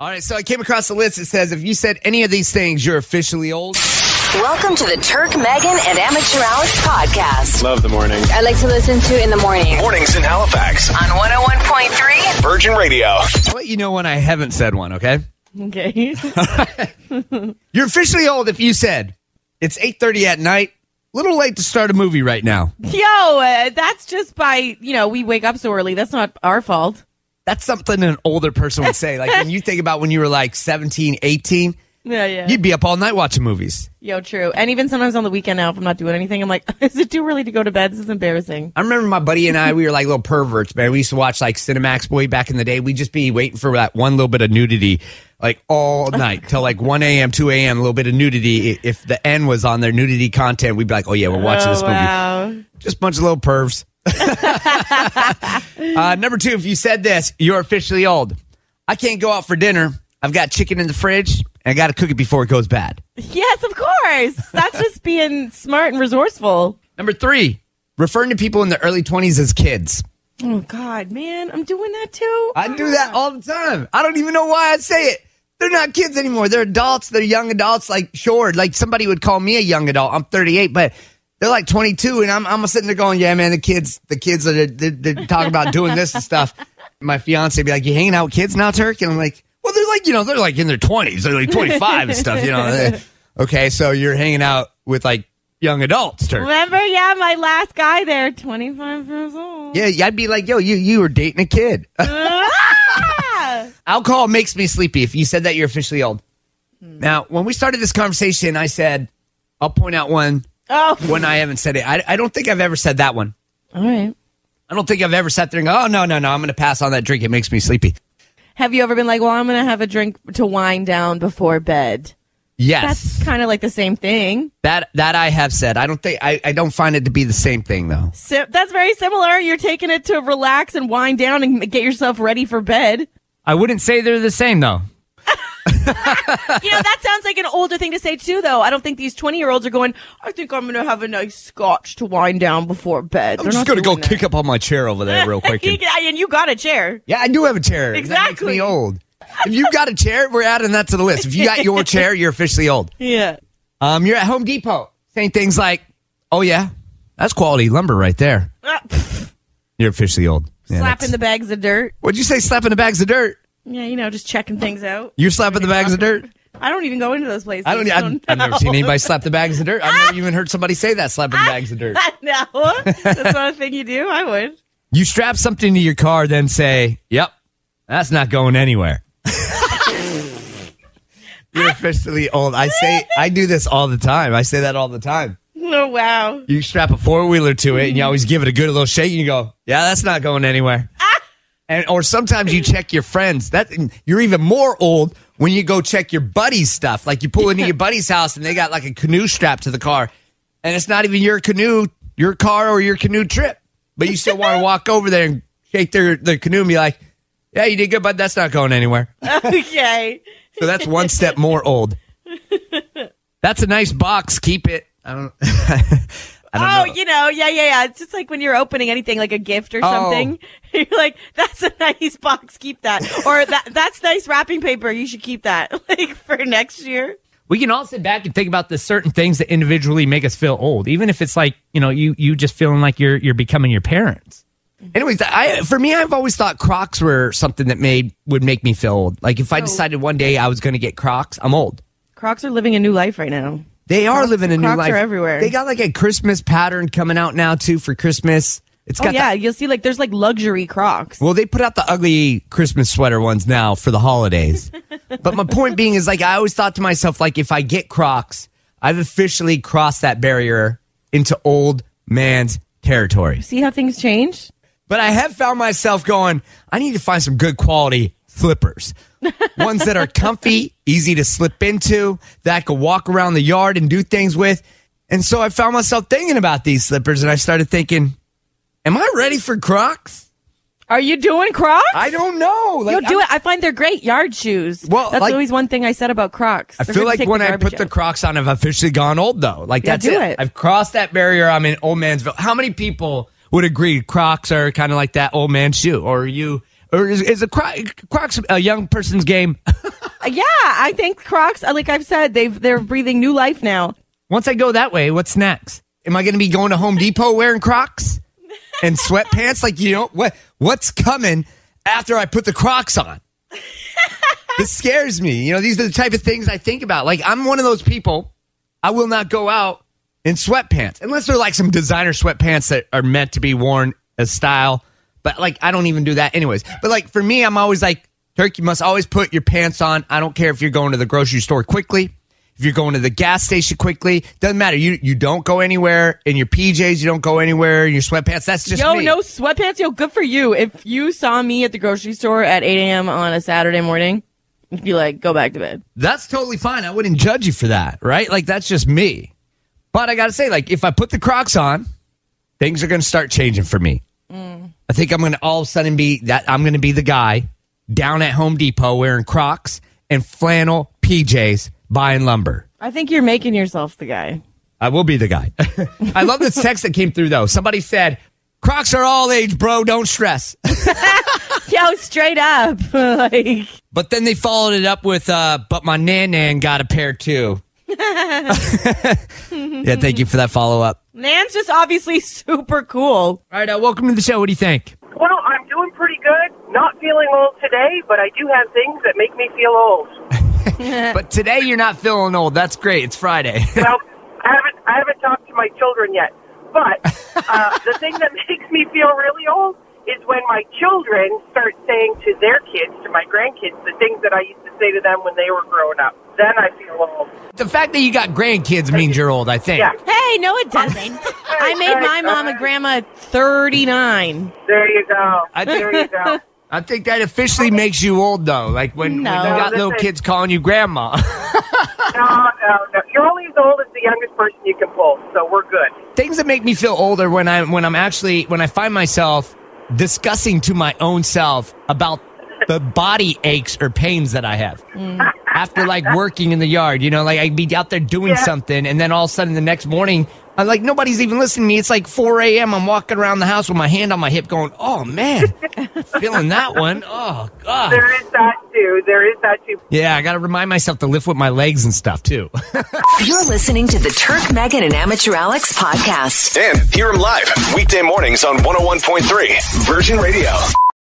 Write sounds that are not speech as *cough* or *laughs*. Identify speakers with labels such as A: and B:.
A: All right, so I came across the list. It says if you said any of these things, you're officially old.
B: Welcome to the Turk, Megan, and Amateur Alex podcast.
C: Love the morning.
B: I like to listen to in the morning oh on
C: Mornings in Halifax.
B: 101.3.
C: Virgin Radio.
A: I'll let you know when I haven't said one, okay?
D: Okay. *laughs*
A: You're officially old if you said it's 8:30 at night. Little late to start a movie right now.
D: Yo, uh, that's just by, you know, we wake up so early. That's not our fault.
A: That's something an older person would say. Like when you think about when you were like 17, 18,
D: Yeah, yeah.
A: you'd be up all night watching movies.
D: Yo, true. And even sometimes on the weekend now, if I'm not doing anything, I'm like, *laughs* is it too early to go to bed? This is embarrassing.
A: I remember my buddy and I, we were like little perverts, man. We used to watch like Cinemax Boy back in the day. We'd just be waiting for that one little bit of nudity like all night till like 1 a.m., 2 a.m., a little bit of nudity. I- If the N was on there, nudity content, we'd be like, oh yeah, we're watching this
D: oh,
A: movie.
D: wow.
A: Just a bunch of little pervs. *laughs* uh, number two, if you said this, you're officially old. I can't go out for dinner. I've got chicken in the fridge and I got to cook it before it goes bad.
D: Yes, of course. That's just *laughs* being smart and resourceful.
A: Number three, referring to people in their early 20s as kids.
D: Oh, God, man. I'm doing that too.
A: I do that all the time. I don't even know why I say it. They're not kids anymore. They're adults. They're young adults. Like, sure, like somebody would call me a young adult. I'm 38, but they're like 22, and I'm I'm sitting there going, "Yeah, man, the kids, the kids are they're, they're talking about doing this and stuff." My fiance be like, "You hanging out with kids now, Turk?" And I'm like, "Well, they're like, you know, they're like in their 20s. They're like 25 and stuff, you know." okay, so you're hanging out with like young adults, Turk.
D: Remember, yeah, my last guy there, 25 years old.
A: Yeah, yeah, I'd be like, yo, you you were dating a kid.
D: *laughs* Ah!
A: Alcohol makes me sleepy. If you said that, you're officially old.
D: Hmm.
A: Now, when we started this conversation, I said, I'll point out one
D: Oh,
A: when I haven't said it. I, I don't think I've ever said that one.
D: all right.
A: I don't think I've ever sat there and go, oh, no, no, no, I'm going to pass on that drink. It makes me sleepy.
D: Have you ever been like, well, I'm going to have a drink to wind down before bed?
A: Yes.
D: That's kind of like the same thing.
A: That that I have said. I don't think I, I don't find it to be the same thing though.
D: So that's very similar. You're taking it to relax and wind down and get yourself ready
A: *laughs*
D: for bed.
A: I wouldn't say they're the same though.
D: You know, that sounds like an older thing to say too, though. I don't think these 20 year olds are going, I think I'm going to have a nice scotch to wind down before bed.
A: I'm just going to go kick up on my chair over there real quick. and-
D: and *laughs* you got a chair.
A: Yeah, I do have a chair. That makes
D: Exactly.
A: me old. If you got a chair, we're adding that to the list. If you got
D: *laughs*
A: your chair, you're officially old.
D: Yeah.
A: Um, you're at Home Depot saying things like, "Oh yeah, that's quality lumber right there."
D: Ah, pff,
A: You're officially old. Yeah,
D: slapping
A: that's-
D: the bags of dirt.
A: What'd you say? Slapping the bags of dirt.
D: Yeah, you know, just checking things out.
A: You're slapping the bags of dirt.
D: I don't even go into those places.
A: I don't. e,
D: so *laughs*
A: I've, I've never
D: no.
A: seen anybody slap the bags of dirt. I've never even heard somebody say that slapping the bags of *laughs* dirt.
D: no, that's not a thing you do. I would.
A: You strap something to your car, then say, "Yep, that's not going *laughs* anywhere." You're officially old. I say I do this all the time. I say that all the time.
D: Oh, wow. *laughs*
A: You strap a four wheeler to it, and you always give it a good little shake, and you go, "Yeah, that's not going anywhere." And or sometimes you check your friends. That you're even more old when you go check your buddy's stuff. Like you pull into your buddy's house, and they got like a canoe strapped to the car, and it's not even your canoe, your car, or your canoe trip, but you still want to walk over there and shake their their canoe and be like, "Yeah, you did good, but that's not going anywhere."
D: Okay.
A: So that's one step more old. That's a nice box. Keep it. I don't. *laughs* I don't know.
D: Oh, you know, yeah, yeah, yeah. It's just like when you're opening anything, like a gift or
A: Oh.
D: something. *laughs* You're like, "That's a nice box. Keep that." Or that that's nice wrapping paper. You should keep that, *laughs* like for next year.
E: we can all sit back and think about the certain things that individually make us feel old, even if it's like you know you you just feeling like you're you're becoming your parents.
D: Mm-hmm.
A: Anyways, I for me, I've always thought Crocs were something that made would make me feel old. Like if
D: Oh.
A: I decided one day I was going to get Crocs, I'm old.
D: Crocs are living a new life right now.
A: They are living a new
D: Crocs
A: life.
D: are everywhere.
A: They got like a Christmas pattern coming out now too for Christmas. It's
D: Oh
A: got
D: yeah,
A: the,
D: you'll see like there's like luxury Crocs.
A: well, they put out the ugly Christmas sweater ones now for the holidays. but my point being is like I always thought to myself like if I get Crocs, I've officially crossed that barrier into old man's territory.
D: See how things change?
A: But I have found myself going, I need to find some good quality flippers. Ones that are comfy, easy to slip into, that I could walk around the yard and do things with. And so I found myself thinking about these slippers and I started thinking, am I ready for Crocs?
D: Are you doing Crocs?
A: I don't know.
D: Yo,
A: Like,
D: do
A: I'm-
D: it. I find they're great yard shoes.
A: Well,
D: that's
A: like-
D: always one thing I said about Crocs.
A: I
D: They're
A: feel
D: gonna
A: like
D: take
A: when I
D: garbage
A: put the
D: out.
A: Crocs on, I've officially gone old though. Like
D: Yeah,
A: that's
D: do
A: it.
D: it.
A: I've crossed that barrier. I'm in old man'sville. How many people would agree Crocs are kind of like that old man shoe? Or you? Or is, is a Croc, Crocs a young person's game? *laughs*
D: yeah, I think Crocs. Like I've said, they've they're breathing new life now.
E: Once I go that way, what's next?
A: Am I going to be going to Home Depot wearing Crocs and sweatpants? Like you know what? What's coming after I put the Crocs on? this scares me. You know, these are the type of things I think about. Like I'm one of those people. I will not go out in sweatpants unless they're like some designer sweatpants that are meant to be worn as style. But like I don't even do that anyways. But like for me, I'm always like Turk. You must always put your pants on. I don't care if you're going to the grocery store quickly. If you're going to the gas station quickly, doesn't matter. You you don't go anywhere in your PJs. You don't go anywhere in your sweatpants. That's just
D: Yo,
A: me.
D: no sweatpants. Yo, good for you. If you saw me at the grocery store at 8 a.m. on a Saturday morning, you'd be like, go back to bed.
A: that's totally fine. I wouldn't judge you for that, right? Like that's just me. But I gotta say, like if I put the Crocs on, things are gonna start changing for me. I think I'm gonna all of a sudden be that I'm gonna be the guy down at Home Depot wearing Crocs and flannel PJs buying lumber.
D: I think you're making yourself the guy. *laughs*
A: I will be the guy. *laughs* I love this text that came through though. Somebody said, "Crocs are all age, bro. Don't stress."
D: Yo, straight up. *laughs* like,
A: But then they followed it up with, uh, but my nan nan got a pair too. *laughs* yeah, thank you for that follow up.
D: Nan's just obviously *laughs* super cool.
E: All right, uh, welcome to the show. What do you think?
C: Well, I'm doing pretty good. Not feeling old today, but I do have things that make me feel old.
D: Uh,
A: But today you're not feeling old. That's great. It's Friday. *laughs*
C: Well, I haven't I haven't talked to my children yet, but uh, the thing that *laughs* makes me feel really old is when my children start saying to their kids, to my grandkids, the things that I used to say to them when they were growing up. Then I feel old.
A: the fact that you got grandkids means you're old, I think.
C: Yeah.
D: Hey, no, it doesn't. I made my mom a grandma at 39.
C: There you go.
A: I think-
C: there you go.
A: I think that officially makes you old, though. Like when, when
D: No.
A: you got little
C: Listen.
A: kids calling you grandma. *laughs*
C: No, no, no. You're only as old as the youngest person you can pull, so we're good.
A: Things that make me feel older when I'm when I'm actually when I find myself discussing to my own self about the body aches or pains that I have. after like working in the yard, you know, like I'd be out there doing
C: Yeah.
A: something, and then all of a sudden the next morning, I'm like, nobody's even listening to me. It's like 4 a.m. I'm walking around the house with my hand on my hip, going, "Oh man, feeling that one. Oh god,
C: There is that too. There is that too.
A: yeah." I got to remind myself to lift with my legs and stuff too.
B: You're listening to the Turk, Megan, and Amateur Alex podcast.
F: And hear him live weekday mornings on 101.3 Virgin Radio.